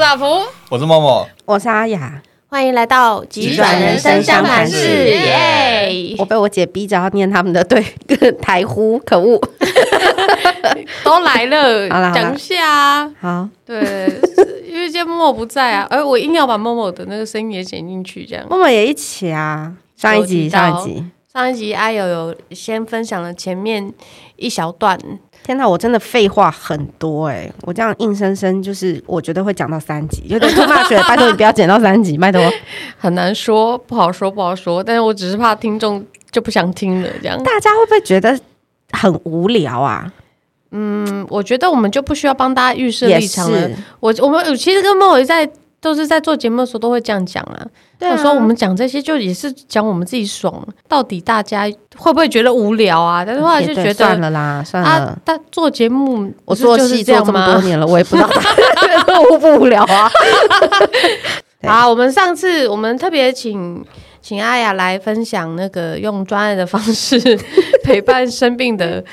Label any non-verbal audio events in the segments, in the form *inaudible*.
小福，我是默默，我是阿雅，欢迎来到急转人生相谈室，耶！我被我姐逼着要念他们的对 *laughs* 台呼，可恶！都来了好啦，好啦讲一下啊。好，对，是因为今天默默不在啊， *laughs* 而我硬要把默默的那个声音也剪进去，这样。默默也一起啊。上一集，有提到上一集，上一集阿友有先分享了前面一小段，天哪，我真的废话很多哎、我这样硬生生就是，我觉得会讲到三集，有点吐骂学，拜托你不要剪到三 *laughs* 集，拜托。很难说，不好说，不好说。但是我只是怕听众就不想听了，这样。大家会不会觉得很无聊啊？嗯，我觉得我们就不需要帮大家预设也立场了是。，我我们其实跟莫伟在都是在做节目的时候都会这样讲啊。对啊有时候我们讲这些就也是讲我们自己爽，到底大家会不会觉得无聊啊？但是后来就也对觉算得了啦，算了。啊，但做节目我不是做就是戏这做样这么吗多？年了，我也不知道 *laughs* 无不无聊啊。对啊，我们上次我们特别请请阿雅来分享那个用专业的方式 *laughs* 陪伴生病的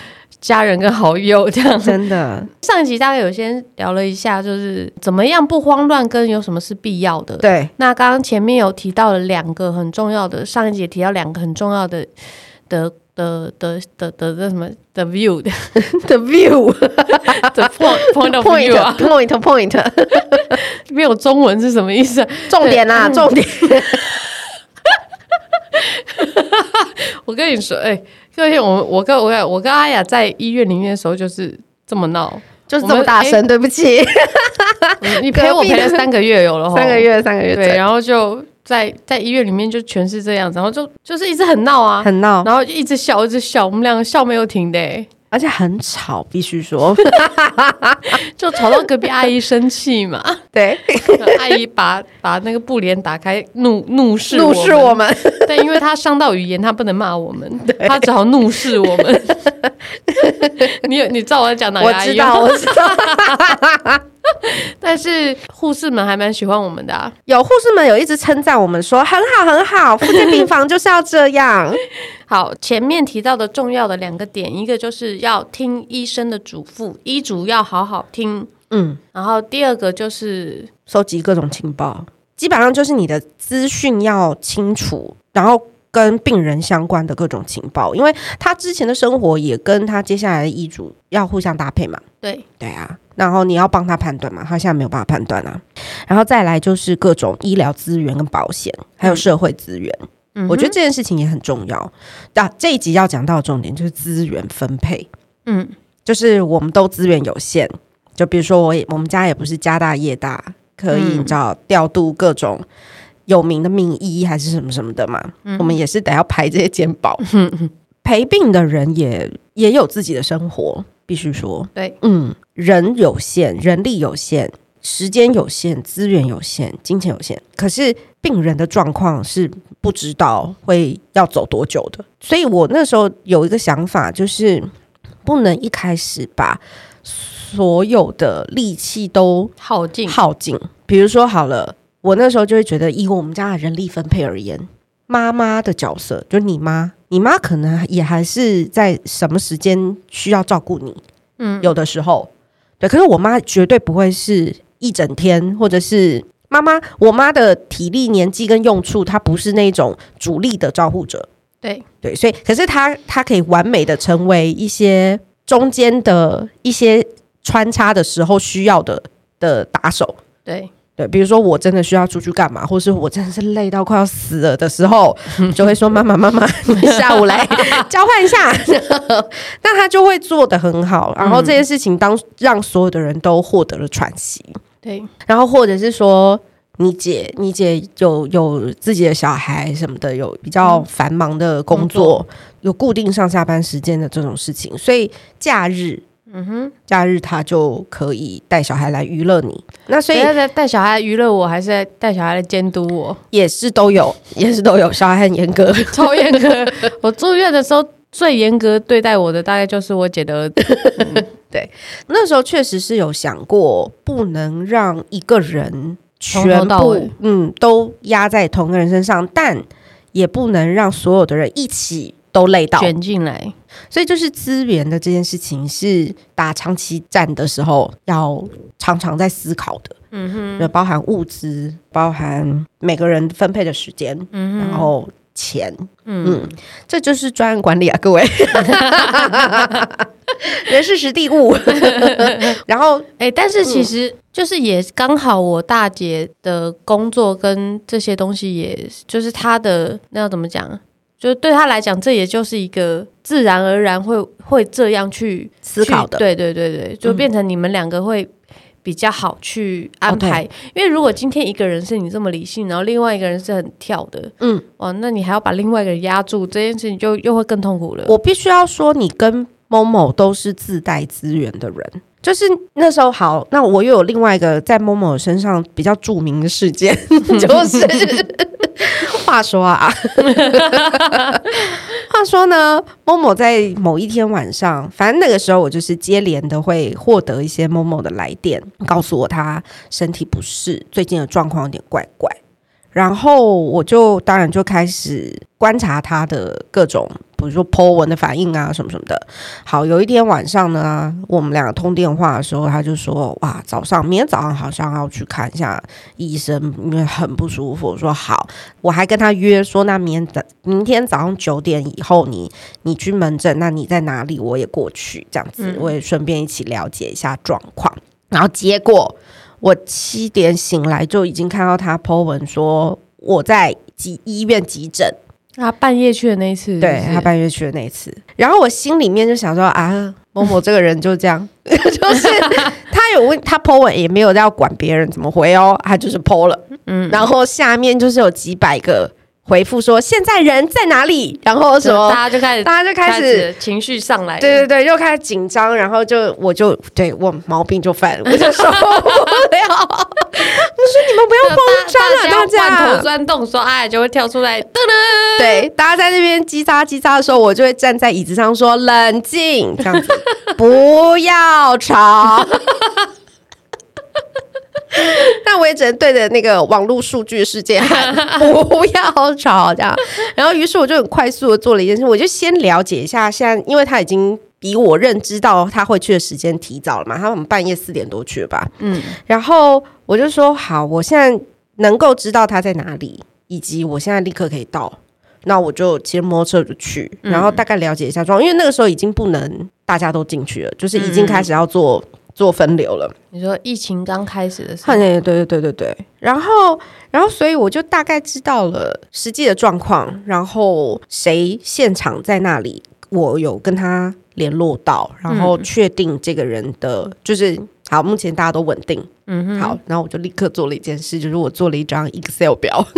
家人跟好友这样。真的，上一集大概有先聊了一下，就是怎么样不慌乱，跟有什么是必要的。对，那刚刚前面有提到了两个很重要的，上一节提到两个很重要的的的的的的的什么的 *laughs* view 的 The View *laughs* the point point of view 啊 Point，Point *laughs* Point，没有中文是什么意思、啊？重点啦，对嗯重点。我跟你说，哎、各位，我我跟我跟我跟阿雅在医院里面的时候就是这么闹， *laughs* 就是这么大声，对不起，你陪我陪了三个月有了， *laughs* 三个。月，三个月，对，，然后就在在医院里面就全是这样子，然后就就是一直很闹啊，很闹，然后就一直笑，一直笑，我们两个笑没有停的、欸，而且很吵，必须 *laughs* 说，就吵到隔壁阿姨生气嘛。对，阿姨把把那个布帘打开，怒怒视怒视我 *laughs* 我们，们，但因为她伤到语言，她不能骂我们，她只好怒视 *laughs* 我们。你有你知道我在讲哪我个阿知姨道，吗？我知道， *laughs* 但是护士们还蛮喜欢我们的、啊，有护士们有一直称赞我们说很好，很好，附近病房就是要这样，好，前面提到的重要的两个点，一个就是要听医生的嘱咐，医嘱要好好听。 *laughs* 嗯，然后第二个就是收集各种情报，基本上就是你的资讯要清楚，然后。跟病人相关的各种情报，因为他之前的生活也跟他接下来的医嘱要互相搭配嘛。对对啊，然后你要帮他判断嘛，他现在没有办法判断啊。然后再来就是各种医疗资源跟保险，还有社会资源。嗯我觉得这件事情也很重要。那、这一集要讲到的重点就是资源分配，嗯，就是我们都资源有限，就比如说我也我们家也不是家大业大，可以嗯你知道调度各种。有名的名医还是什么什么的嘛，嗯我们也是得要排这些肩 *laughs* 膀。陪病的人也也有自己的生活，必须说，对，嗯，人有限，人力有限，时间有限，资源有限，金钱有限。可是病人的状况是不知道会要走多久的，所以我那时候有一个想法，就是不能一开始把所有的力气都耗尽，耗尽。比如说好了，我那时候就会觉得，以我们家的人力分配而言，妈妈的角色就你妈，你妈可能也还是在什么时间需要照顾你，嗯，有的时候，对。可是我妈绝对不会是一整天，或者是妈妈，我妈的体力、年纪跟用处，她不是那种主力的照护者，对对，所以可是她她可以完美的成为一些中间的一些穿插的时候需要的的打手。对，对，比如说我真的需要出去干嘛，或是我真的是累到快要死了的时候，就会说妈妈妈妈，你下午 *laughs* 来交换一下， *laughs* 那他就会做得很好。然后这嗯件事情当让所有的人都获得了喘息，对，然后或者是说你姐，你姐有有自己的小孩什么的，有比较繁忙的工嗯工作，作有固定上下班时间的这种事情，所以假日。嗯哼，假日他就可以带小孩来娱乐你，那啊所所以以在带小孩娱乐我，还是在带小孩来监督我？也是都有，也是都有，小孩很严格。 *laughs* *laughs* 超严格。我住院的时候最严格对待我的，大概就是我姐的儿子。那时候确实是有想过，不能让一个人全部从头到尾嗯都压在同一个人身上，但也不能让所有的人一起都累到，卷进来，所以就是资源的这件事情是打长期战的时候要常常在思考的，嗯哼，包含物资，包含每个人分配的时间，嗯然后钱，嗯这就是专案管理啊，各 *laughs* 位，人事实地物， *laughs* 然后哎、但是其实就是也刚好我大姐的工作跟这些东西也，就是她的那要怎么讲？就是对她来讲，这也就是一个自然而然会会这样去思考的嗯去对对对对，就变成你们两个会。比较好去哦安排因为如果今天一个人是你这么理性，然后另外一个人是很跳的，嗯嗯，哇，那你还要把另外一个人压住，这件事情就又会更痛苦了。我必须要说，你跟某某都是自带资源的人。就是那时候好，那我又有另外一个在某某身上比较著名的事件，就是话说啊， *laughs* 话说呢，某某在某一天晚上，反正那个时候我就是接连的会获得一些某某的来电，告诉我他身体不适，最近的状况有点怪怪。然后我就当然就开始观察他的各种，比如说 Po 文的反应啊，什么什么的。好，有一天晚上呢，我们两个通电话的时候，他就说：“哇，早上明天早上好像要去看一下医生，因为很不舒服。”我说：“好。”我还跟他约说：“那明天早明天早上九点以后你，你去门诊，那你在哪里？我也过去，这样子嗯我也顺便一起了解一下状况。”然后结果我七点醒来就已经看到他 Po 文说我在急医院急诊，她啊半夜去的那一次是不是，对他半夜去的那一次，然后我心里面就想说啊，某某这个人就这样， *laughs* 就是他有问他 Po 文也没有要管别人怎么回哦，他就是 Po 了，嗯，然后下面就是有几百个回复说现在人在哪里，然后什大么，家就开始大家就开始情绪上来了，对对对，又开始紧张，然后就我就对我毛病就犯了，我 *laughs* 就受不了，我 *laughs* 说你们不要慌张啊，大家罐头钻洞，说哎就会跳出来，噔噔，对，大家在那边叽喳叽喳的时候，我就会站在椅子上说冷静，这样子不要吵。 *laughs* 但我也只能对着那个网络数据世界喊不要吵这样。然后，于是我就很快速的做了一件事，我就先了解一下现在，因为他已经比我认知到他会去的时间提早了嘛，他们半夜四点多去了吧，嗯，然后我就说好，我现在能够知道他在哪里，以及我现在立刻可以到，那我就骑着摩托车就去，然后大概了解一下状况，因为那个时候已经不能大家都进去了，就是已经开始要做、做分流了。你说疫情刚开始的时好 *laughs* 候，像也对对对对对。然后，然后，所以我就大概知道了实际的状况，然后谁现场在那里，我有跟他联络到，然后确定这个人的、就是好，目前大家都稳定。嗯哼，好，然后我就立刻做了一件事，就是我做了一张 Excel 表， *laughs*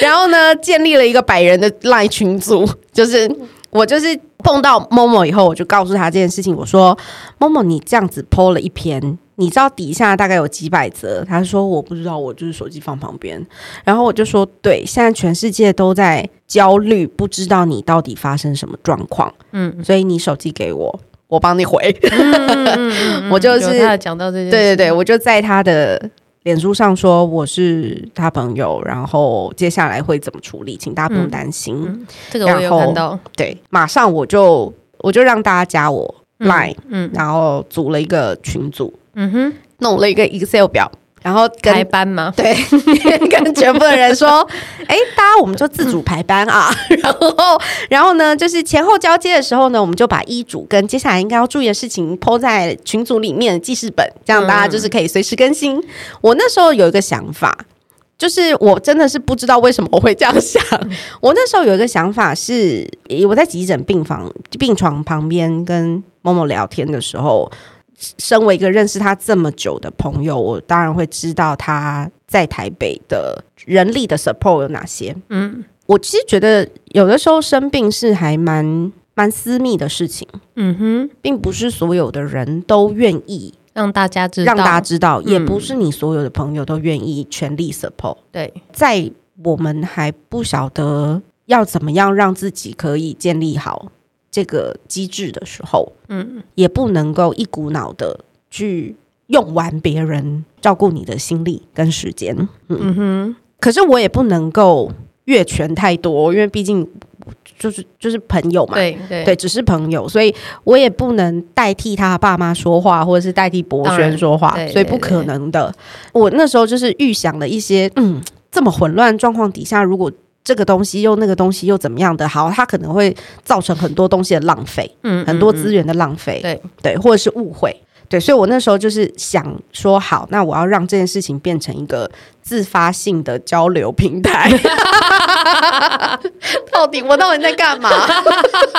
然后呢，建立了一个百人的 LINE 群组，就是我就是碰到 Momo 以后，我就告诉他这件事情，我说 Momo，你这样子 PO 了一篇，你知道底下大概有几百则？他说我不知道，我就是手机放旁边。然后我就说，对，现在全世界都在焦虑，不知道你到底发生什么状况，嗯，所以你手机给我，我帮你回。嗯我就是有他有讲到这件事，对对对，我就在他的脸书上说我是他朋友，然后接下来会怎么处理，请大家不用担心。嗯这个我有然后看到，对，马上我就我就让大家加我 Line，、嗯然后组了一个群组，嗯哼，弄了一个 Excel 表，然后跟排班嘛，对， *laughs* 跟全部的人说，哎、大家我们就自主排班啊。 *laughs* 然后，然后呢，就是前后交接的时候呢，我们就把医嘱跟接下来应该要注意的事情抛在群组里面的记事本，这样大家就是可以随时更新。嗯我那时候有一个想法。就是我真的是不知道为什么我会这样想。嗯我那时候有一个想法是，诶我在急诊病房病床旁边跟某某聊天的时候，身为一个认识他这么久的朋友，我当然会知道他在台北的人力的 support 有哪些。嗯，我其实觉得有的时候生病是还蛮蛮私密的事情，嗯哼，并不是所有的人都愿意让大家知道，让大家知道，嗯也不是你所有的朋友都愿意全力 support。对，在我们还不晓得要怎么样让自己可以建立好这个机制的时候，嗯，也不能够一股脑的去用完别人照顾你的心力跟时间。嗯哼，可是我也不能够越权太多，因为毕竟就是就是朋友嘛，对对对，，只是朋友，所以我也不能代替他爸妈说话，或者是代替博当然轩说话对，对所以不可能的。我那时候就是预想了一些，嗯，这么混乱状况底下，如果这个东西又那个东西又怎么样的，好，它可能会造成很多东西的浪费，嗯很多资源，源的浪费，对对，或者是误会。对，所以我那时候就是想说，好，那我要让这件事情变成一个自发性的交流平台。 *laughs* 到底我到底在干嘛？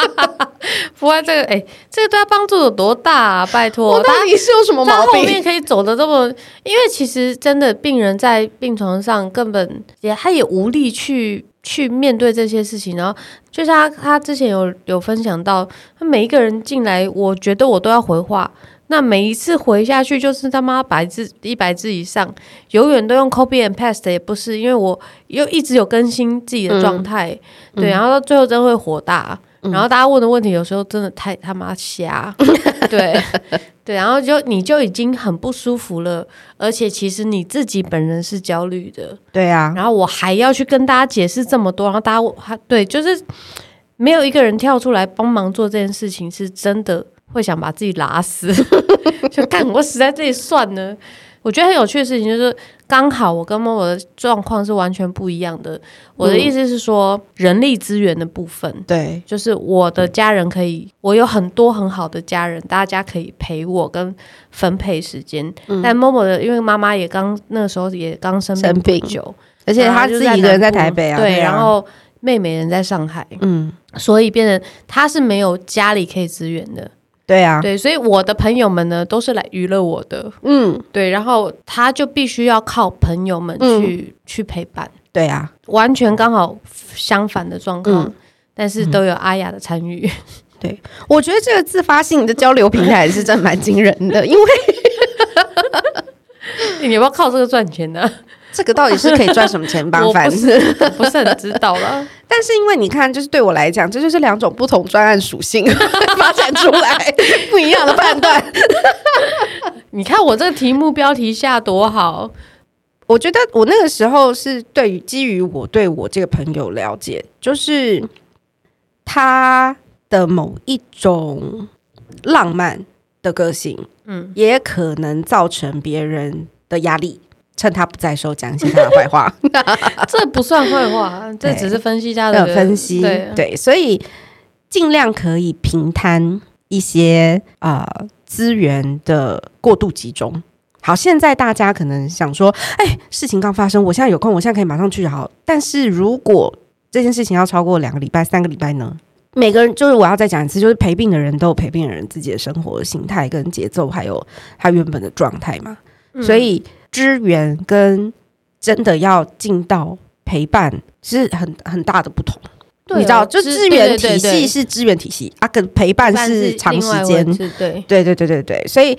*laughs* 不过这个哎，这个对他帮助有多大啊？拜托，我他到底是有什么他毛后病面？可以走的这么，因为其实真的病人在病床上根本也他也无力去去面对这些事情。然后就像他他之前有有分享到，他每一个人进来，我觉得我都要回话。那每一次回下去就是他妈百字一百字以上，永远都用 copy and paste 也不是，因为我又一直有更新自己的状态，嗯对，然后到最后真会火大，然后大家问的问题有时候真的太他妈 *laughs* 瞎，对，对，然后就你就已经很不舒服了，而且其实你自己本人是焦虑的，对啊，然后我还要去跟大家解释这么多，然后大家还对，就是没有一个人跳出来帮忙做这件事情，是真的会想把自己拉死， *laughs* 就干我死在这里算了。我觉得很有趣的事情就是，刚好我跟某某的状况是完全不一样的。我的意思是说，人力资源的部分，对，就是我的家人可以，我有很多很好的家人，大家可以陪我跟分配时间。但默默的，因为妈妈也刚那个时候也刚生生病病不久，而且嗯然后他啊就自己一个人在南部台北啊，对，啊然后妹妹人在上海，嗯，所以变成她是没有家里可以支援的。对啊，对，所以我的朋友们呢都是来娱乐我的，嗯，对，然后她就必须要靠朋友们去、去陪伴，对啊，完全刚好相反的状况。嗯但是都有阿雅的参与，我觉得这个自发性的交流平台是真蛮惊人 *laughs* 的，因为你要不要靠这个赚钱 *laughs* 呢、这个到底是可以赚什么钱 *laughs* 吧？我反不是正，*laughs* 我不是很知道了。但是因为你看，就是对我来讲，这就是两种不同专案属性 *laughs* 发展出 *laughs* 来不一样的判断。你看我这个题目标题下 *laughs* 多好，我觉得我那个时候是对于基于我对我这个朋友了解，就是他的某一种浪漫的个性，嗯，也可能造成别人的压力。趁他不在的时候讲一些他的坏话，这不算坏话，这对只是分析家还有的分析，对，所以尽量可以平摊一些呃资源的过度集中。好，现在大家可能想说，哎，事情刚发生，我现在有空，我现在可以马上去好。但是如果这件事情要超过两个礼拜、三个礼拜呢？每个人就是我要再讲一次，就是陪病的人都有陪病的人自己的生活形态跟节奏，还有他原本的状态嘛。嗯所以支援跟真的要进到陪伴是很很大的不同。对你知道，就知支援体对对对系是支援体系啊，跟陪伴是长时另外一间回。事对，对对对对对，所以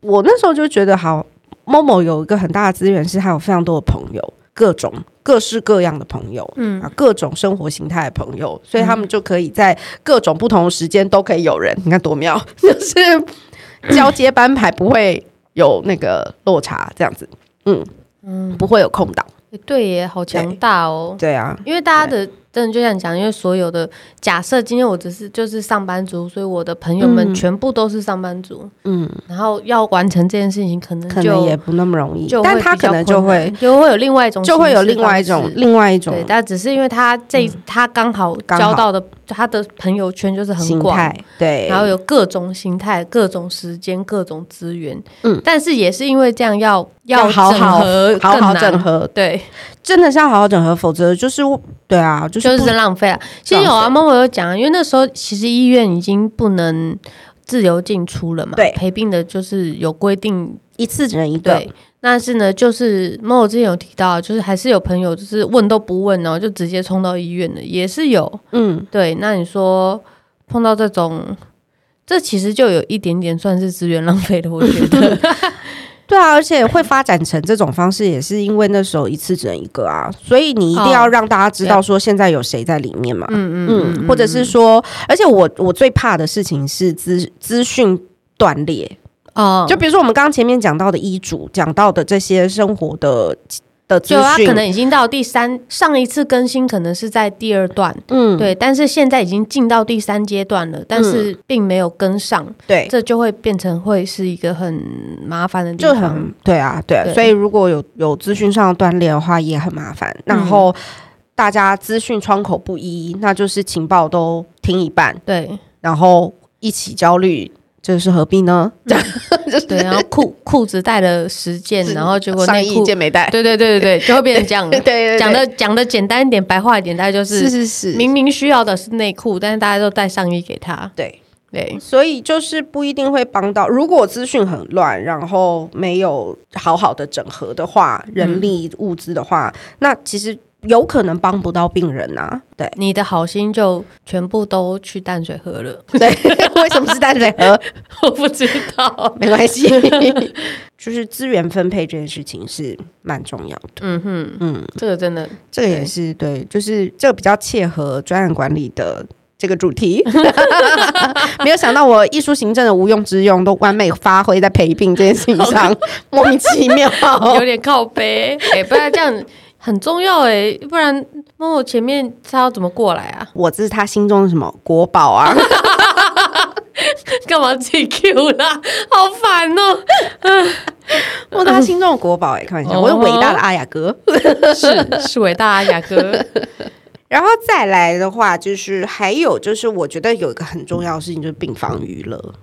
我那时候就觉得，好，Momo 有一个很大的资源是，他有非常多的朋友，各种各式各样的朋友。嗯啊，各种生活形态的朋友，所以他们就可以在各种不同的时间都可以有人，你看多妙， *laughs* 就是交接班还不会有那个落差，这样子，嗯，嗯，不会有空档。对耶，好强大哦。对啊，因为大家的真的就像你讲，因为所有的假设，今天我只是就是上班族，所以我的朋友们嗯全部都是上班族，嗯，然后要完成这件事情，可能就可能也不那么容易就，会但他比较可能就困难会就会有另外一种就会有行事另外一方种式另外一种对，但只是因为他这、他刚好嗯刚交好到的他的朋友圈就是很形广，态，对，然后有各种形态、各种时间、各种资源。嗯但是也是因为这样要好好整合好好更难整，合，对，真的是要好好整合，否则就是对啊，就是就是不真浪费了。其实有浪啊，费妈妈有讲啊，因为那时候其实医院已经不能自由进出了嘛，对陪病的就是有规定一次只能一个，对，但是呢，就是某某之前有提到，就是还是有朋友就是问都不问，然后就直接冲到医院的，也是有。嗯，对，那你说碰到这种，这其实就有一点点算是资源浪费的，我觉得。 *laughs* 对啊，而且会发展成这种方式，也是因为那时候一次只能一个啊，所以你一定要哦让大家知道说现在有谁在里面嘛，嗯嗯，或者是说，而且我我最怕的事情是资资讯断裂，哦，就比如说我们刚刚前面讲到的医嘱，讲到的这些生活的的资就他讯可，能已经到第三，上一次更新可能是在第二段，嗯，对，但是现在已经进到第三阶段了，但是并没有跟上，对，这就会变成会是一个很麻烦的地就方，很对啊，对啊对所以如果有有资讯上的断裂的话，也很麻烦。嗯然后大家资讯窗口不一，那就是情报都听一半， *laughs* 对然后一起焦虑，这是何必呢？对，然后裤裤子带了十件，然后结果上内衣一裤，件没带，。对对对对对，就会变成这样 *laughs* 对讲的讲的简单一点，白话一点，大概就是是是是，明明需要的是内裤，但是大家都带上衣给他，对。对所以就是不一定会帮到。如果资讯很乱，然后没有好好的整合的话，人力物资的话，嗯那其实有可能帮不到病人啊。 *laughs* 对你的好心就全部都去淡水河了， *laughs* 对，为什么是淡水河？我不知道。没关系， *laughs* 就是资源分配这件事情是蛮重要的。嗯哼，嗯，这个真的这个也是对，就是这个比较切合专案管理的。这个主 *laughs* 题，没有想到我艺术行政的无用之用都完美发挥在陪病这件事情上，莫名其妙。有点靠背，哎、不然这样很重要哎、不然默默前面他要怎么过来啊？ *laughs* 我这是他心中的什么国宝 *laughs* 啊？干嘛自己 Q 啦？好烦哦、我是他心中的国宝哎、开玩笑，哦我是伟大的阿雅哥。是是伟大雅 *laughs* 哥，然后再来的话，就是还有就是，我觉得有一个很重要的事情就是病房娱乐，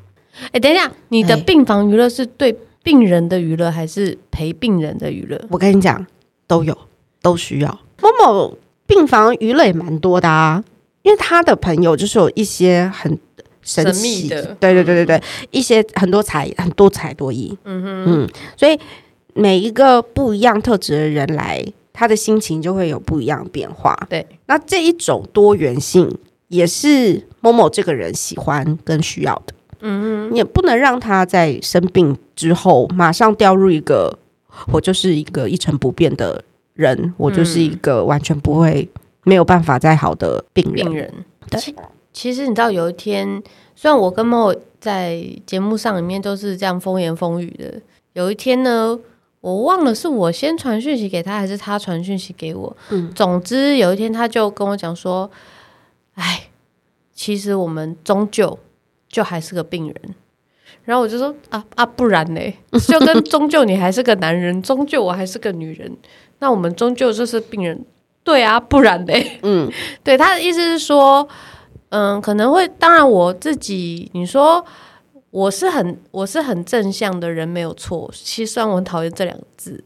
哎、等一下，你的哎病房娱乐是对病人的娱乐，还是陪病人的娱乐？我跟你讲，都有都需要。某某病房娱乐也蛮多的啊，因为他的朋友就是有一些很。神神秘奇的对对对对对，一些很多才很多才多艺，嗯嗯，所以每一个不一样特质的人来，他的心情就会有不一样的变化。对，那这一种多元性也是某某这个人喜欢跟需要的。嗯，你也不能让他在生病之后马上掉入一个我就是一个一成不变的人，我就是一个完全不会没有办法再好的病人。病人。对其，其实你知道有一天，虽然我跟猫在节目上里面都是这样风言风语的，有一天呢，我忘了是我先传讯息给他，还是他传讯息给我。嗯总之有一天他就跟我讲说：“哎，其实我们终究就还是个病人。”然后我就说啊啊，不然呢？ *laughs* 就跟终究你还是个男人，终究我还是个女人，那我们终究就是病人。对啊，不然呢？嗯， *laughs* 对他的意思是说，嗯，可能会，当然我自己，你说我是很我是很正向的人，没有错。其实虽然我很讨厌这两个字，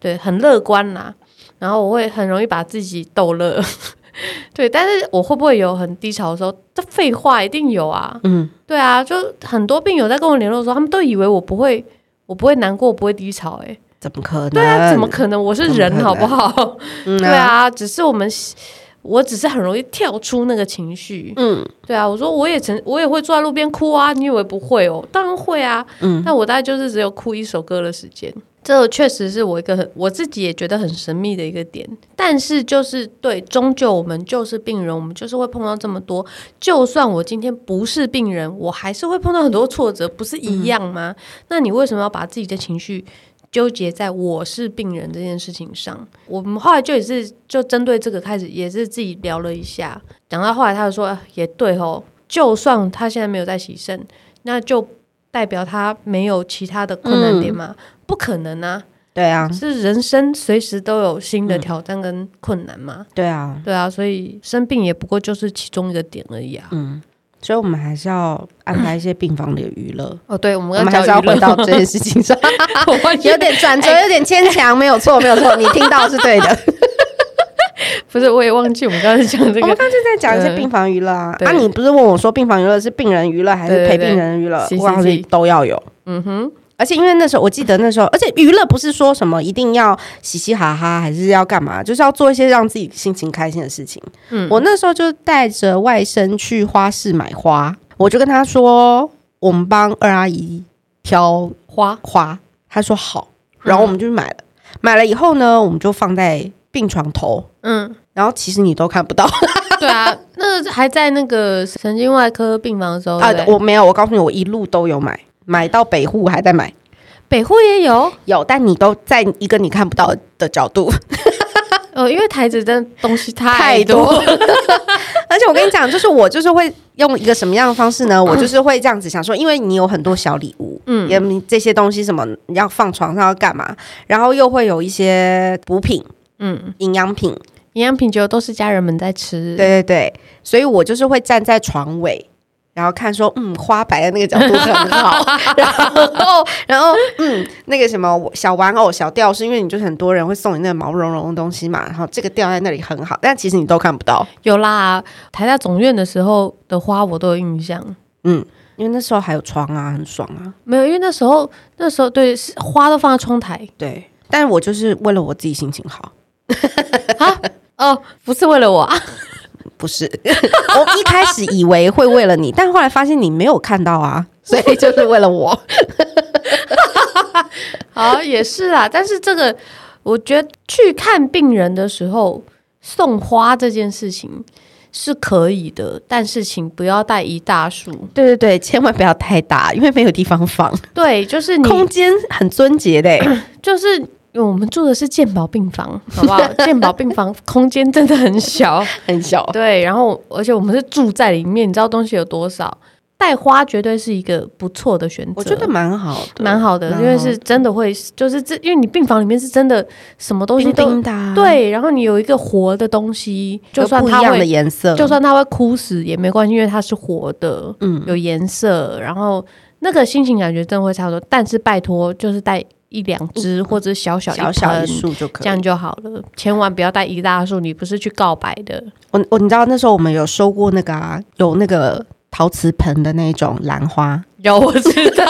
对，很乐观啦，然后我会很容易把自己逗乐， *laughs* 对。但是我会不会有很低潮的时候？这废话一定有啊，嗯，对啊，就很多病友在跟我联络的时候，他们都以为我不会。我不会难过，不会低潮、欸，怎么可能？对啊，怎么可能？我是怎么可人，好不能好？ *laughs* 嗯对，啊，只是我们喜，我只是很容易跳出那个情绪。嗯对啊，我说我也曾，我也会坐在路边哭啊，你以为不会哦？当然会啊。嗯但我大概就是只有哭一首歌的时间。这确实是我一个很我自己也觉得很神秘的一个点，但是就是对，终究我们就是病人，我们就是会碰到这么多。就算我今天不是病人，我还是会碰到很多挫折，不是一样吗？嗯那你为什么要把自己的情绪纠结在我是病人这件事情上？我们后来就也是就针对这个开始，也是自己聊了一下，讲到后来他就说、啊也对哦，就算他现在没有在洗肾，那就代表他没有其他的困难点嗯吗？不可能啊！对啊，是人生随时都有新嗯的挑战跟困难嘛？对啊，对啊，所以生病也不过就是其中一个点而已啊。嗯所以我们还是要安排一些病房里的娱乐。哦，对，我们 *coughs* 我刚们还刚是要讲娱乐回到这件事情上， *laughs* 哎我 *laughs* 有点转折，有点牵强，没有错，没有错，你听到是对的。不是，我也忘记我们刚刚讲 *laughs* 这我们个。刚才哦在讲一些嗯病房娱乐啊，对啊，你不是问我说病房娱乐是病人娱乐还是对对陪对病人娱乐？是我告诉是你是都要有。嗯哼，而且因为那时候我记得那时候，而且娱乐不是说什么一定要嘻嘻哈哈，还是要干嘛，就是要做一些让自己心情开心的事情。嗯我那时候就带着外甥去花市买花，我就跟他说，我们帮二阿姨挑花花，他说好，然后我们就去买了。买了以后呢，我们就放在病床头，嗯，然后其实你都看不到。 *laughs* 对啊，那个还在那个神经外科病房的时候，啊哦对不，对我没有，我告诉你，我一路都有买，买到北户还在买。北护也有，有，但你都在一个你看不到的角度，呃，因为台子真的东西太太多 *laughs* 而且我跟你讲，就是我就是会用一个什么样的方 *coughs* 式呢？我就是会这样子想说，因为你有很多小礼物，嗯也这些东西什么你要放床上要干嘛，然后又会有一些补品、嗯，营养品，营养品酒都是家人们在吃，对对对，所以我就是会站在床尾。然后看说，嗯，花白的那个角度很好，然后，然后，嗯，那个什么小玩偶、小吊饰，因为你就是很多人会送你那个毛茸茸的东西嘛，然后这个吊在那里很好，但其实你都看不到，有啦，台大总院的时候的花我都有印象。嗯，因为那时候还有床啊，很爽啊，没有，因为那时候那时候对是花都放在窗台对，但是我就是为了我自己心情好，哦，不是为 *laughs* 了我啊，不是， *laughs* 我一开始以为会为了你，但后来发现你没有看到啊，所以就是为了我，好哦也是啦。但是这个我觉得去看病人的时候送花这件事情是可以的，但是请不要带一大束。 *laughs* 对对对，千万不要太大，因为没有地方放，对，就是 *laughs* 你空间很尊节的、就是因为我们住的是健保病房，好 *laughs* 不好？健保病房空间真的很小，很小，对。然后，而且我们是住在里面，你知道东西有多少？带花绝对是一个不错的选择，我觉得蛮好的，蛮好的，因为是真的会，就是这，因为你病房里面是真的什么东西冰都冰的、啊，，对，然后你有一个活的东西，就算不一它样的会，颜色，就算它会枯死也没关系，因为它是活的，嗯有颜色，然后那个心情感觉真的会差不多。但是拜托，就是带一两只或者小小一嗯小小一盆束就可这以样。就好了，千万不要带一大束，你不是去告白的。我我你知道那时候我们有收过那个啊，有那个陶瓷盆的那种兰花，有我知 *laughs* 道，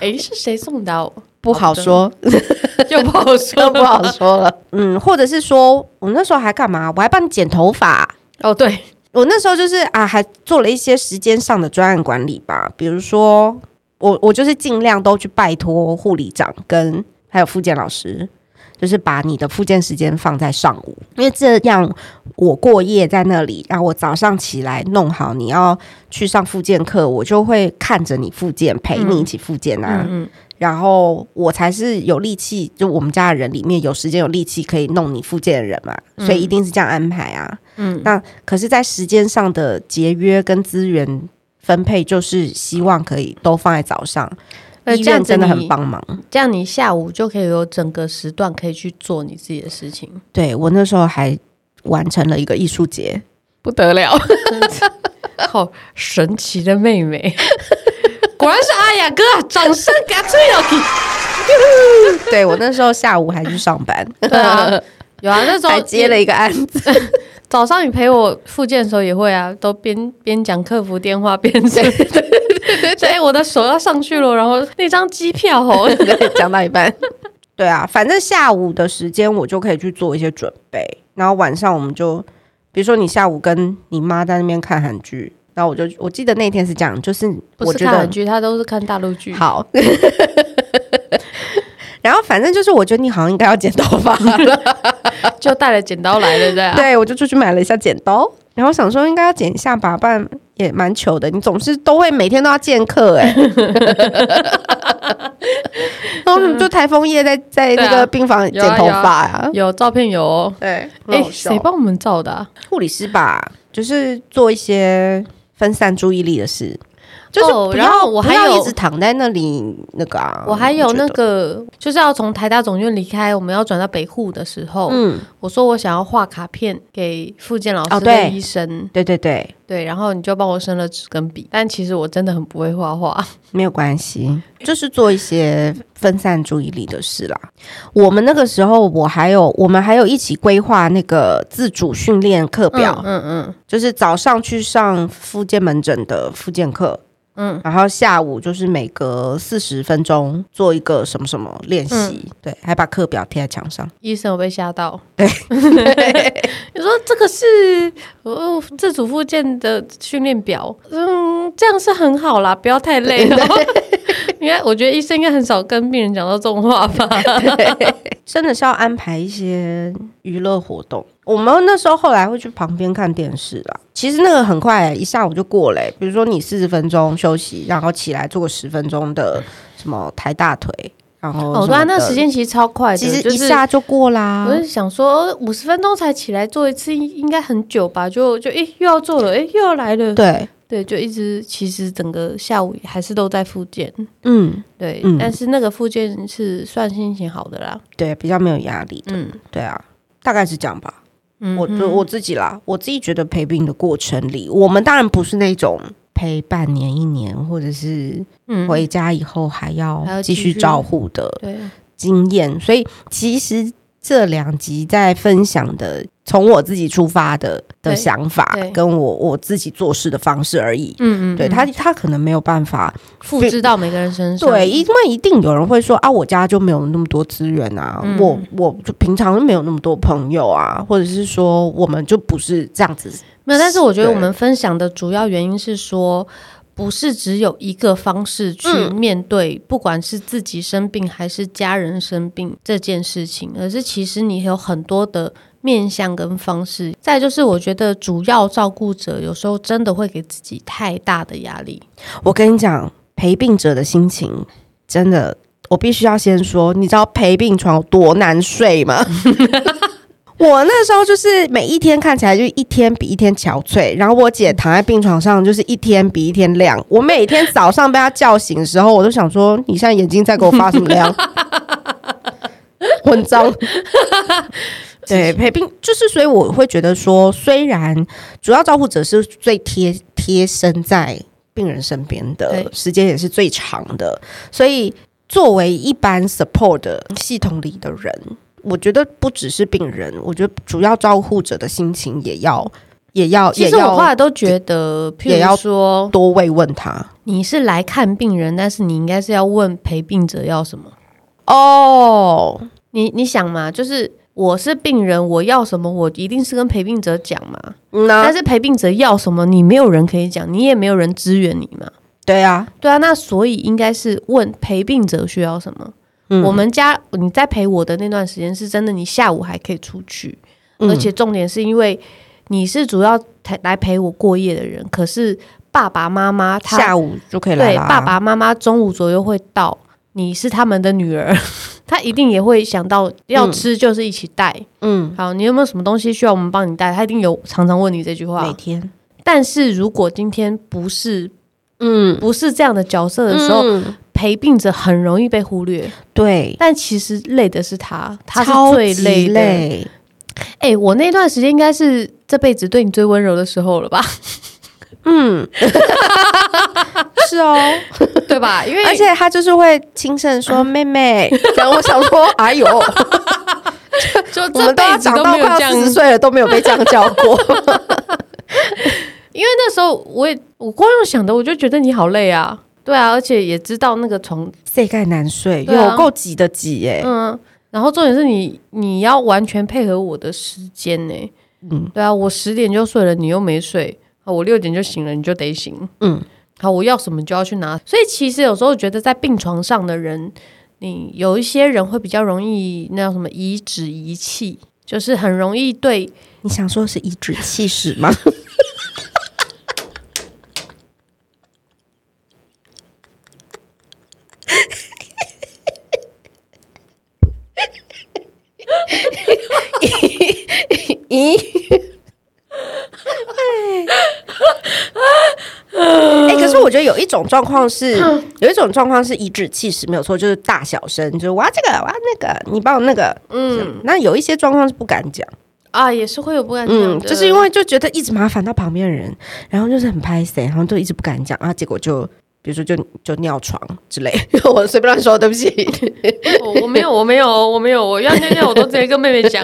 诶，是谁送的啊、不好说， *laughs* 就不好说，都不好。说了。嗯，或者是说我那时候还干嘛？我还帮你剪头发。哦，对，我那时候就是啊，还做了一些时间上的专案管理吧，比如说我我就是尽量都去拜托护理长跟还有复健老师，就是把你的复健时间放在上午，因为这样我过夜在那里，然后我早上起来弄好你要去上复健课，我就会看着你复健，陪你一起复健啊。嗯嗯，然后我才是有力气，就我们家的人里面有时间有力气可以弄你附件的人嘛，所以一定是这样安排啊。嗯嗯，那可是，在时间上的节约跟资源分配，就是希望可以都放在早上。呃医这样院子真的很你帮忙。这样你下午就可以有整个时段可以去做你自己的事情。对我那时候还完成了一个艺术节， *laughs* 不得了，好哦神奇的妹 *laughs* 妹，果然是阿雅哥啊！掌声给他吹了去。对我那时候下午还去上 *laughs* 班，对 *laughs* 啊，有啊，那时候呃还接了一个案子。早上你陪我复健的时候也会啊，都边边讲客服电话边讲。哎，我的手要上去了，然后那张机票 *laughs* 哦，讲到一半。 *laughs* 对啊，反正下午的时间我就可以去做一些准备，然后晚上我们就，比如说你下午跟你妈在那边看韩剧，然后我就我记得那天是这样，就是不我是觉看得韩剧，他都是看大陆剧。好， *laughs* 然后反正就是我觉得你好像应该要剪头发了，就带了剪刀来了，对啊。对我就出去买了一下剪刀，然后想说应该要剪一下吧，不然也蛮糗的。你总是都会每天都要见客 *laughs* 哎、然后我们就台风夜在在那对个啊病房剪有啊头有啊发呀、有照片有哦。对，哎，谁帮我们照的啊？护理师吧？就是做一些分散注意力的事，就是哦不要、然后我还不要有一直躺在那里那个啊，我还有觉那得个，就是要从台大总院离开，我们要转到北护的时候，嗯，我说我想要画卡片给复健老哦师对跟医生，对对对，对，然后你就帮我生了纸跟笔，但其实我真的很不会画画，没有关系，就是做一些分散注意力的事啦。我们那个时候，我还有我们还有一起规划那个自主训练课表，嗯嗯就是早上去上复健门诊的复健课，嗯嗯，然后下午就是每隔四十分钟做一个什么什么练习，嗯对，还把课表贴在墙上。医生有被吓到，对， *laughs* 你说这个是哦自主复健的训练表，嗯，这样是很好啦，不要太 *laughs* 哦 *laughs* 累了。应该，我觉得医生应该很少跟病人讲到这种话吧。真的是要安排一些娱乐活动。我们那时候后来会去旁边看电视啦，其实那个很快、一下午就过嘞、欸比如说你四十分钟休息，然后起来做个十分钟的什么抬大腿，然后哦，什对啊，么那的时间其实超快的，其实就一是下就过啦。我是想说，哦五十分钟才起来做一次，应应该很久吧？就就诶、又要做了，诶、又要来了，对，对，就一直其实整个下午还是都在复健，嗯，对，嗯但是那个复健是算心情好的啦，对，比较没有压力的，嗯对啊，大概是这样吧。嗯我哼就我自己啦，我自己觉得陪病的过程里，我们当然不是那种陪半年一年，或者是嗯回家以后还要还要继继续续照护的对，经验，所以其实这两集在分享的，从我自己出发的的对想法对，跟我我自己做事的方式而已。嗯嗯，对嗯他，他可能没有办法复制到每个人身上，对，因为一定有人会说啊，我家就没有那么多资源啊，嗯我我就平常就没有那么多朋友啊，或者是说我们就不是这样子没有，但是我觉得对我们分享的主要原因是说，不是只有一个方式去嗯面对，不管是自己生病还是家人生病这件事情，而是其实你有很多的面向跟方式。再就是，我觉得主要照顾者有时候真的会给自己太大的压力。我跟你讲，陪病者的心情真的，我必须要先说，你知道陪病床有多难睡吗？我那时候就是每一天看起来就一天比一天憔悴，然后我姐躺在病床上就是一天比一天亮。我每天早上被她叫醒的时候，我都想说：你现在眼睛在给我发什么亮？混账！对，陪病就是，所以我会觉得说，虽然主要照顾者是最贴贴身在病人身边的对，时间也是最长的，所以作为一般 support 的系统里的人，我觉得不只是病人，我觉得主要照顾者的心情也要也要其哦也实我后要来都觉得，譬也要如说多慰问他。你是来看病人，但是你应该是要问陪病者要什么。哦，你你想嘛，就是我是病人，我要什么，我一定是跟陪病者讲嘛。那但是陪病者要什么，你没有人可以讲，你也没有人支援你嘛。对啊，对啊，那所以应该是问陪病者需要什么。嗯我们家你在陪我的那段时间，是真的，你下午还可以出去，嗯而且重点是因为你是主要才来陪我过夜的人，可是爸爸妈妈他下午就可以来对啦。爸爸妈妈中午左右会到，你是他们的女儿， *laughs* 他一定也会想到要吃就是一起带。嗯，好，你有没有什么东西需要我们帮你带？他一定有常常问你这句话。每天但是如果今天不是嗯不是这样的角色的的时时候，候，陪病者很容易被忽略。嗯对，但其实累的是他，他超是最级累的。哎、累我那段时间应该是这辈子对你最温柔的时候了吧？ *laughs* 嗯，是 *laughs* 哦，对吧？因为而且他就是会轻声 *laughs* 说“妹妹”，然后我想说，哎呦，我就这们都辈要子长都到没快有这要样四十岁了都没有被这样叫过，因为那时候我也我光用想的，我就觉得你好累啊。对啊，而且也知道那个床，这盖难睡，对啊有够挤的挤耶，嗯，然后重点是你你要完全配合我的时间呢、嗯对啊，我十点就睡了，你又没睡，啊，我六点就醒了，你就得醒。嗯，好，我要什么就要去拿。所以其实有时候觉得在病床上的人，你有一些人会比较容易那叫什么颐指遗弃，就是很容易对你想说是颐指 *laughs* 气使吗？咦，哎、可是我觉得有一种状况是，有一种状况是颐指气使，没有错，就是大小声，就是我要这个，我要那个，你帮我那个，嗯，那有一些状况是不敢讲。啊，也是会有不敢嗯，讲的，就是因为就觉得一直麻烦到旁边的人，然后就是很拍谁，然后就一直不敢讲啊，结果就比如说就就尿床之类， *laughs* 我随便乱说，对不起。哦我我没有，我没有，我没有，我要尿尿我都直接跟妹妹讲，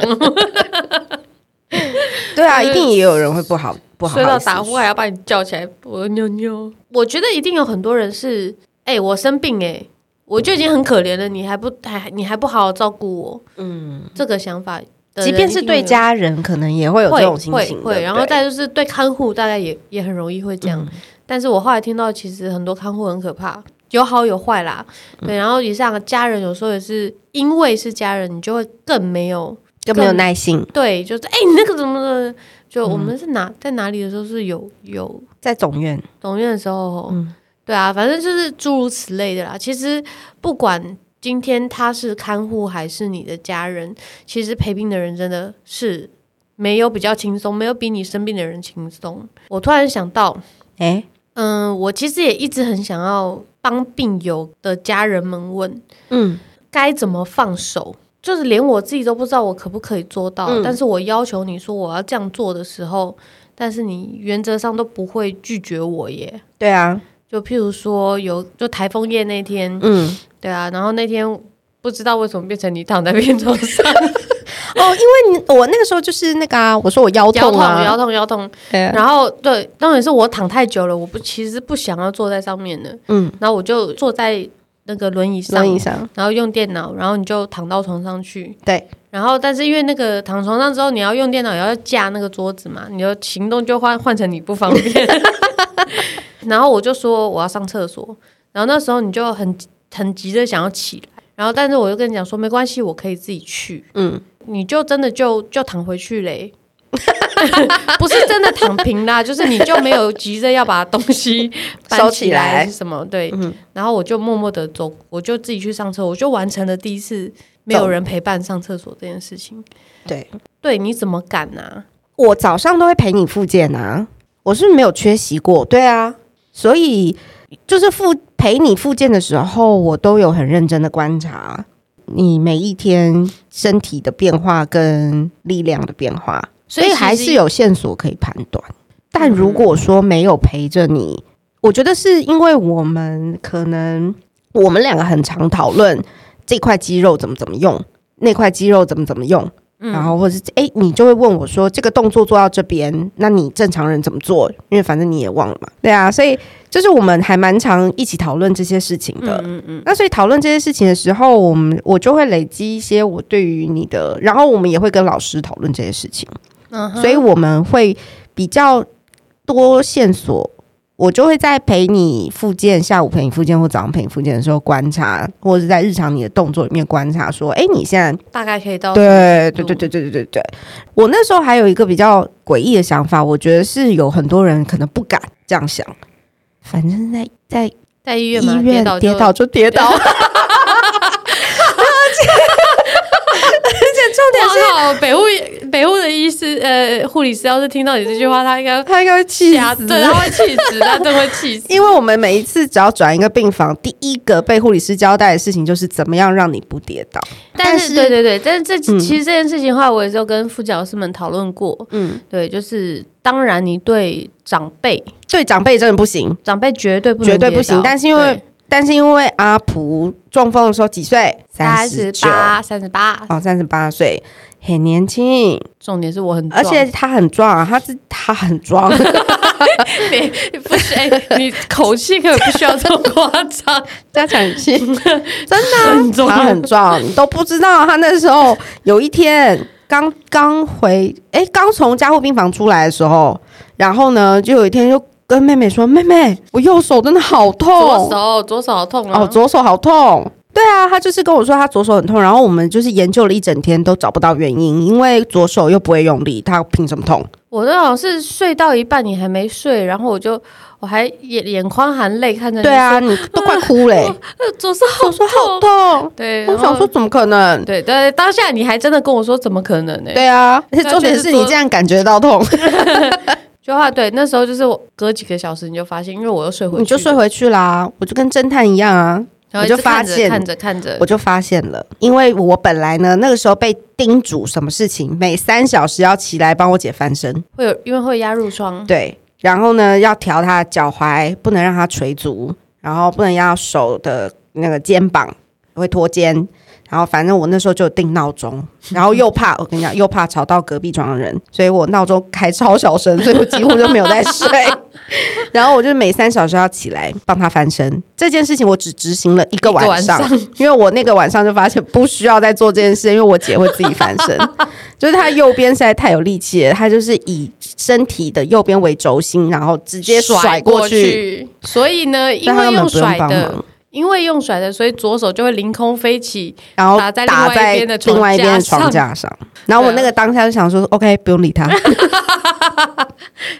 对啊，就一是定也有人会不好不好睡到意思打呼还要把你叫起来，我要尿尿。我觉得一定有很多人是，哎、我生病哎、我就已经很可怜了，你还不还你还不好好照顾我，嗯，这个想法的人即一定有，便是对家人，可能也会有这会种心会情。会，对然不后对再就是嗯对看护，大概也也很容易会这样。但是我后来听到，其实很多看护很可怕，有好有坏啦。嗯对，然后以上家人有时候也是因为是家人，你就会更没有更没有耐心。对，就是哎、你那个怎么了？就我嗯们是哪、在哪里的时候是有有在总院，懂院的时候，嗯对啊，反正就是诸如此类的啦。其实不管今天他是看护还是你的家人，其实陪病的人真的是没有比较轻松，没有比你生病的人轻松。我突然想到，哎、嗯，我其实也一直很想要帮病友的家人们问嗯，该怎么放手。就是连我自己都不知道我可不可以做到，嗯但是我要求你说我要这样做的时候，但是你原则上都不会拒绝我耶。对啊，就譬如说有就台风夜那天，嗯，对啊，然后那天不知道为什么变成你躺在 *laughs* 病床上，哦，因为你我那个时候就是那个啊，我说我腰腰痛痛啊，腰痛腰痛，对啊然后对，重点是我躺太久了，我不其实不想要坐在上面的，嗯，然后我就坐在那个轮椅上轮，椅上，然后用电脑，然后你就躺到床上去，对，然后但是因为那个躺床上之后你要用电脑，也要架那个桌子嘛，你的行动就换换成你不方便， *laughs* 然后我就说我要上厕所，然后那时候你就很很急着想要起来，然后但是我又跟你讲说没关系，我可以自己去，嗯，你就真的就就躺回去嘞。 *laughs* 不是真的躺平啦，就是你就没有急着要把东西 *laughs* 搬收起起来嗯还是什么对，然后我就默默的走，我就自己去上厕所，我就完成了第一次没有人陪伴上厕所这件事情。对，对，你怎么敢啊？我早上都会陪你复健啊，我是没有缺席过，对啊，所以就是复陪你复健的时候，我都有很认真的观察你每一天身体的变化跟力量的变化，所以嗯所以其实还是有线索可以判断。但如果说没有陪着你，我觉得是因为我们可能我们两个很常讨论这块肌肉怎么怎么用，那块肌肉怎么怎么用。然后或者是哎、诶你就会问我说这个动作做到这边，那你正常人怎么做？因为反正你也忘了嘛。对啊，所以就是我们还蛮常一起讨论这些事情的。嗯嗯那所以讨论这些事情的时候，我们我就会累积一些我对于你的，然后我们也会跟老师讨论这些事情，嗯哼，所以我们会比较多线索。我就会在陪你复健，下午陪你复健或早上陪你复健的时候观察，或者是在日常你的动作里面观察，说，哎，你现在大概可以到对对程对度对对对对对，我那时候还有一个比较诡异的想法，我觉得是有很多人可能不敢这样想。反正在，在在医院医嘛，院跌倒跌就哦倒就跌倒，哇靠！北护北护的医师呃护理师要是听到你这句话，他应该他应该会气吓，死。对，他会气 *laughs* 死，他真的会气死。因为我们每一次只要转一个病房，第一个被护理师交代的事情就是怎么样让你不跌倒。但是但对是对对，但是这嗯其实这件事情的话，我也是有跟副教师们讨论过。嗯，对，就是当然你对长辈，对长辈真的不行，长辈绝对不能绝对不跌倒行但是因为但是因为阿普中风的时候几岁？三十九八三十八，哦，三十八岁，很年轻。重点是我很而壮，且他很壮啊，他是他很 *laughs* 壮，你不是哎、你口气可不需要这么夸 *laughs* 张，加强 *laughs* 器很真的重啊、他很壮，你都不知道他那时候有一天刚刚回，哎，刚从加护病房出来的时候，然后呢，就有一天就跟妹妹说：“妹妹，我右手真的好左痛，手左手好痛啊！哦，左手好痛。”对啊，他就是跟我说他左手很痛，然后我们就是研究了一整天都找不到原因，因为左手又不会用力，他凭什么痛？我那好像是睡到一半，你还没睡，然后我就我还眼眼眶含泪看着你，对啊，，你都快哭嘞、 *laughs* 呃、左手好左手好痛。对，我然后想说，怎么可能？对对，当下你还真的跟我说怎么可能呢、对啊，而且那重就点是是说你这样感觉到痛，就话对，那时候就是我隔几个小时你就发现，因为我又睡回 *laughs* 去，你就睡，回去啦。我就跟侦探一样啊，然后一我就直看发着现看着看着我，就发现了，因为我本来呢那个时候被叮嘱什么事情，每三小时要起来帮我姐翻身，会有因为会压褥疮，对，然后呢要调她的脚踝，不能让她垂足，然后不能让手的那个肩膀会脱肩。然后反正我那时候就有定闹钟，然后又怕我跟你讲，又怕吵到隔壁床的人，所以我闹钟开超小声，所以我几乎就没有在睡。然后我就每三小时要起来帮他翻身。这件事情我只执行了一个晚上，一个因为我那个晚上就发现不需要再做这件事，因为我姐会自己翻身。就是她右边实在太有力气了，她就是以身体的右边为轴心，然后直接甩过去，去。所以呢，所因以她根为本用不用甩帮的忙。因为用甩的，所以左手就会凌空飞起。然后打在打另外一在边的床另外一边的架上啊床架上。然后我那个当下就想说，OK，不用理他，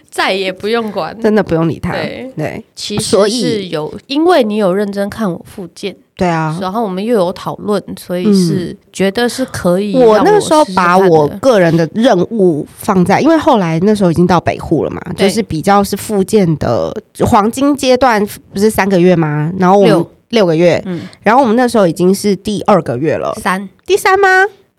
再也不用 *laughs* 管。真的不用理他。对对其实所以是有，因为你有认真看我附件，对啊，嗯然后我们又有讨论，所以是觉得是可以让试试我看的。那个时候把我个人的任务放在，因为后来那时候已经到北户了嘛，对就是比较是复健的黄金阶段，不是三个月吗？然后我们六六个月，嗯然后我们那时候已经是第二个月了，三，第三吗？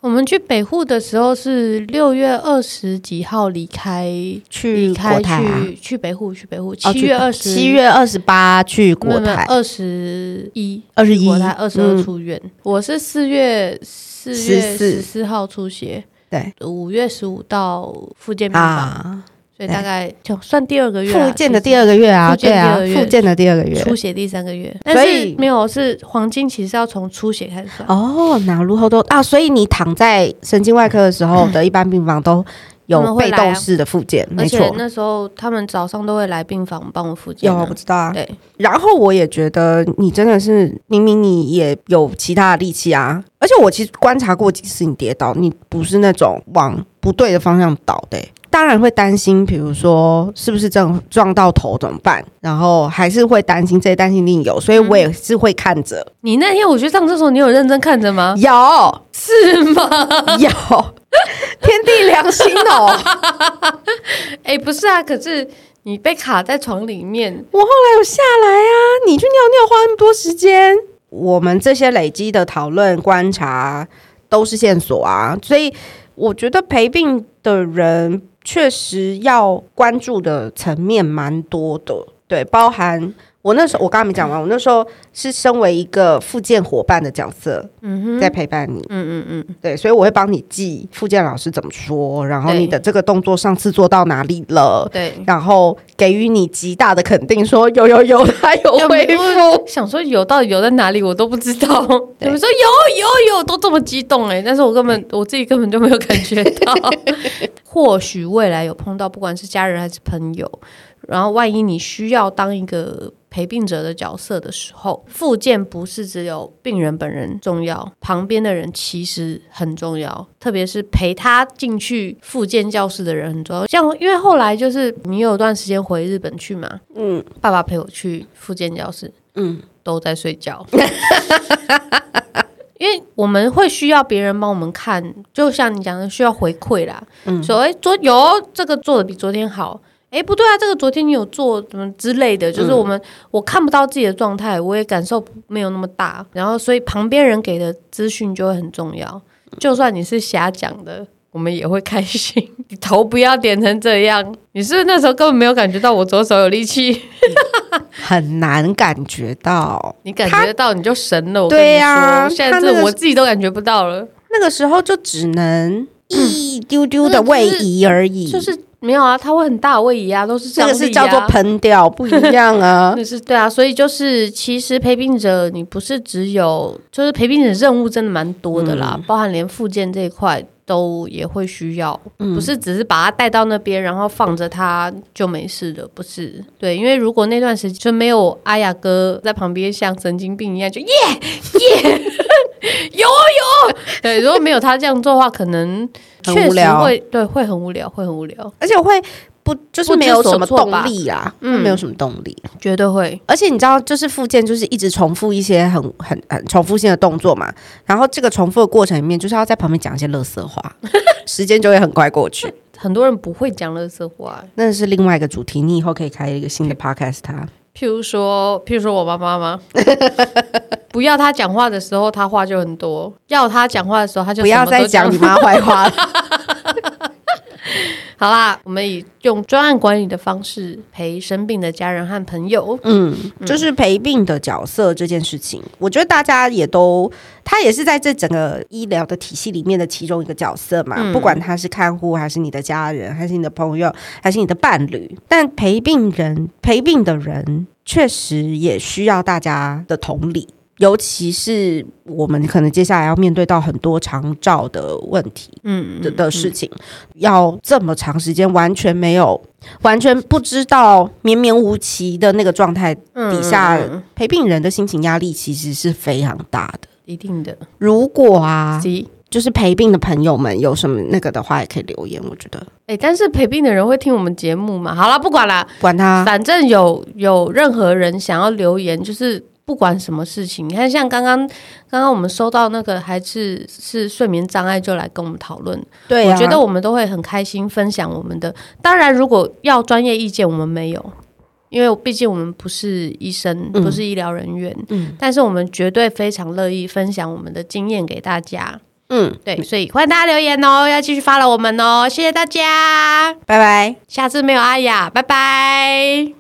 我们去北户的时候是六月二十几号离开，去离嗯国开泰啊，去去北户，去北户，哦七月二十，七月二十八去没国有没有泰，二十一，二十一我才二十二嗯出院，我是四月四月14十四号出血，对五月十五到复健病房，啊，所以大概哎就算第二个月啦，啊复健的其第实二个月啊，复健对啊第二个，月复健的第二个月。出血第三个月，所但以是没有是黄金，其实要从出血开始算。哦，哪如何都啊，所以你躺在神经外科的时候的一般病房都他有们会被来啊动式的复健，而没且错。那时候他们早上都会来病房帮我复健有啊、啊，我知道啊。对，然后我也觉得你真的是，明明你也有其他的力气啊。而且我其实观察过几次你跌倒，你不是那种往不对的方向倒的欸、当然会担心，比如说是不是正撞到头怎么办，然后还是会担心，这些担心一定有，所以我也是会看着。嗯你那天我去上厕所，你有认真看着吗？有是吗？有， *laughs* 天地良心哦！哎、不是啊，可是你被卡在床里面，我后来有下来啊，你去尿尿花那么多时间，我们这些累积的讨论、观察都是线索啊，所以我觉得陪病的人确实要关注的层面蛮多的，对，包含。我那时候我刚刚没讲完，我那时候是身为一个复健伙伴的角色，嗯哼，在陪伴你，嗯嗯嗯，对，所以我会帮你记复健老师怎么说，然后对你的这个动作上次做到哪里了，对。然后给予你极大的肯定，说有有有，他有恢复。想说有到底有在哪里，我都不知 *laughs* 道。你们说有有有，都这么激动哎、但是我根本我自己根本就没有感觉 *laughs* 到。或许未来有碰到，不管是家人还是朋友，然后万一你需要当一个陪病者的角色的时候，复健不是只有病人本人重要，旁边的人其实很重要，特别是陪他进去复健教室的人很重要。像因为后来就是你有段时间回日本去嘛，嗯，爸爸陪我去复健教室，嗯，都在睡觉。 *laughs* 因为我们会需要别人帮我们看，就像你讲的，需要回馈啦。嗯，说哎、诶昨有哦这个做的比昨天好，哎、不对啊，这个昨天你有做什么之类的，就是我们、我看不到自己的状态，我也感受没有那么大，然后所以旁边人给的资讯就会很重要。就算你是瞎讲的，我们也会开心。 *laughs* 你头不要点成这样，你是不是那时候根本没有感觉到我左手有力气？很难感觉到。你感觉得到你就神了，我跟你对说，啊现他在那个这我自己都感觉不到了，那个时候就只能一丢丢的位移而已，嗯就是没有啊，它会很大的位移啊，都是这张力个啊是叫做喷掉，不一样 *laughs* 啊。那是对啊，所以就是其实陪病者你不是只有，就是陪病者任务真的蛮多的啦，包含连附件这一块都也会需要，不是只是把他带到那边然后放着他就没事的，不是对，因为如果那段时间就没有阿雅哥在旁边像神经病一样就耶耶有哦有哦，对，如果没有他这样做的话，可能很确无实聊会对会很无聊，会很无聊，而且会不就是没有什么不知所措吧动力啊，嗯没有什么动力。绝对会。而且你知道，就是复健就是一直重复一些很很很重复性的动作嘛，然后这个重复的过程里面，就是要在旁边讲一些乐色 *laughs* 话，时间就会很快过去。很多人不会讲乐色话、那是另外一个主题，你以后可以开一个新的 podcast 啊它。譬如说，譬如说我妈 *laughs* 妈吗？不要她讲话的时候，她话就很多；要她讲话的时候，她就不要什么都再讲讲你。妈坏话了。 *laughs* 好啦，我们以用专案管理的方式陪生病的家人和朋友。嗯，就是陪病的角色这件事情，我觉得大家也都，他也是在这整个医疗的体系里面的其中一个角色嘛。嗯不管他是看护，还是你的家人，还是你的朋友，还是你的伴侣，但陪病人陪病的人确实也需要大家的同理。尤其是我们可能接下来要面对到很多长照的问题嗯的的事情，要这么长时间完全没有、完全不知道、绵绵无期的那个状态嗯底下，陪病人的心情压力其实是非常大的。一定的。如果啊， C 就是陪病的朋友们有什么那个的话，也可以留言。我觉得哎、但是陪病的人会听我们节目吗？好了，不管啦，管他，反正有有任何人想要留言，就是不管什么事情，你看像刚刚刚刚我们收到那个还是是睡眠障碍，就来跟我们讨论。对啊啊我觉得我们都会很开心分享我们的。当然，如果要专业意见，我们没有，因为毕竟我们不是医生，嗯不是医疗人员。嗯但是我们绝对非常乐意分享我们的经验给大家。嗯，对，所以欢迎大家留言哦，要继续发了我们哦，谢谢大家。拜拜。下次没有阿雅，拜拜。